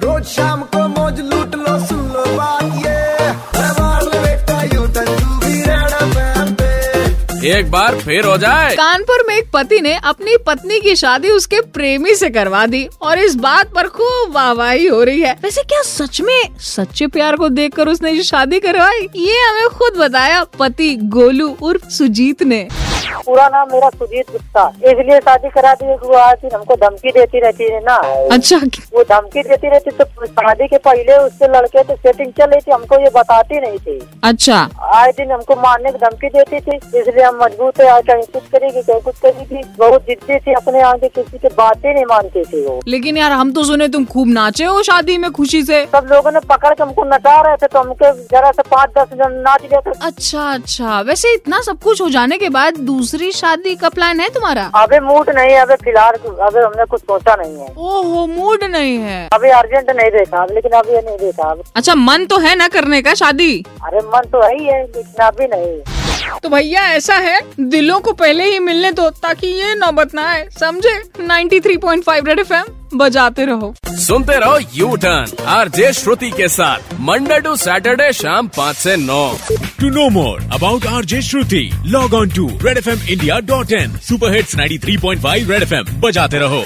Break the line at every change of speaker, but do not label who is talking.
रोज शाम को मौज लूट लो सुन लो बात ये मैं मार लो बेटा यूं तंजू भी रहना पैर पे
एक बार फिर हो जाए
कानपुर में एक पति ने अपनी पत्नी की शादी उसके प्रेमी से करवा दी और इस बात पर खूब वाहवाही हो रही है वैसे क्या सच में सच्चे प्यार को देखकर उसने ये शादी करवाई ये हमें खुद बताया पति गोलू उर्फ सुजीत ने
पूरा नाम मेरा सुजीत गुप्ता इसलिए शादी करा दी वो आती हमको धमकी देती रहती है ना
अच्छा
वो धमकी देती रहती तो शादी के पहले उसके लड़के तो सेटिंग चल रही थी हमको ये बताती नहीं थी
अच्छा
आए दिन हमको मारने की धमकी देती थी इसलिए हम मजबूर थे आज कहीं कुछ करेगी कहीं कुछ करेगी बहुत जिद्दी थी अपने आगे किसी की बातें नहीं मानती थी वो
लेकिन यार हम तो सुने तुम खूब नाचे हो शादी में खुशी से
सब लोगों ने पकड़ के हमको नचा रहे थे तो हमको जरा से पाँच दस जन नाच गए थे
अच्छा अच्छा वैसे इतना सब कुछ हो जाने के बाद दूसरी शादी का प्लान है तुम्हारा
अबे मूड नहीं है, अबे फिलहाल अबे हमने कुछ सोचा नहीं है
ओहो मूड नहीं है
अभी अर्जेंट नहीं देखा लेकिन अभी ये नहीं देखा अब
अच्छा मन तो है ना करने का शादी
अरे मन तो है ही है लेकिन अभी नहीं
तो भैया ऐसा है दिलों को पहले ही मिलने दो ताकि ये नौबत ना आए समझे 93.5 रेड एफएम बजाते रहो
सुनते रहो यू टर्न आरजे श्रुति के साथ मंडे टू सैटरडे शाम पाँच से नौ
To know more about RJ Shruti, log on to redfmindia.in. Superhits 93.5 Red FM. बजाते रहो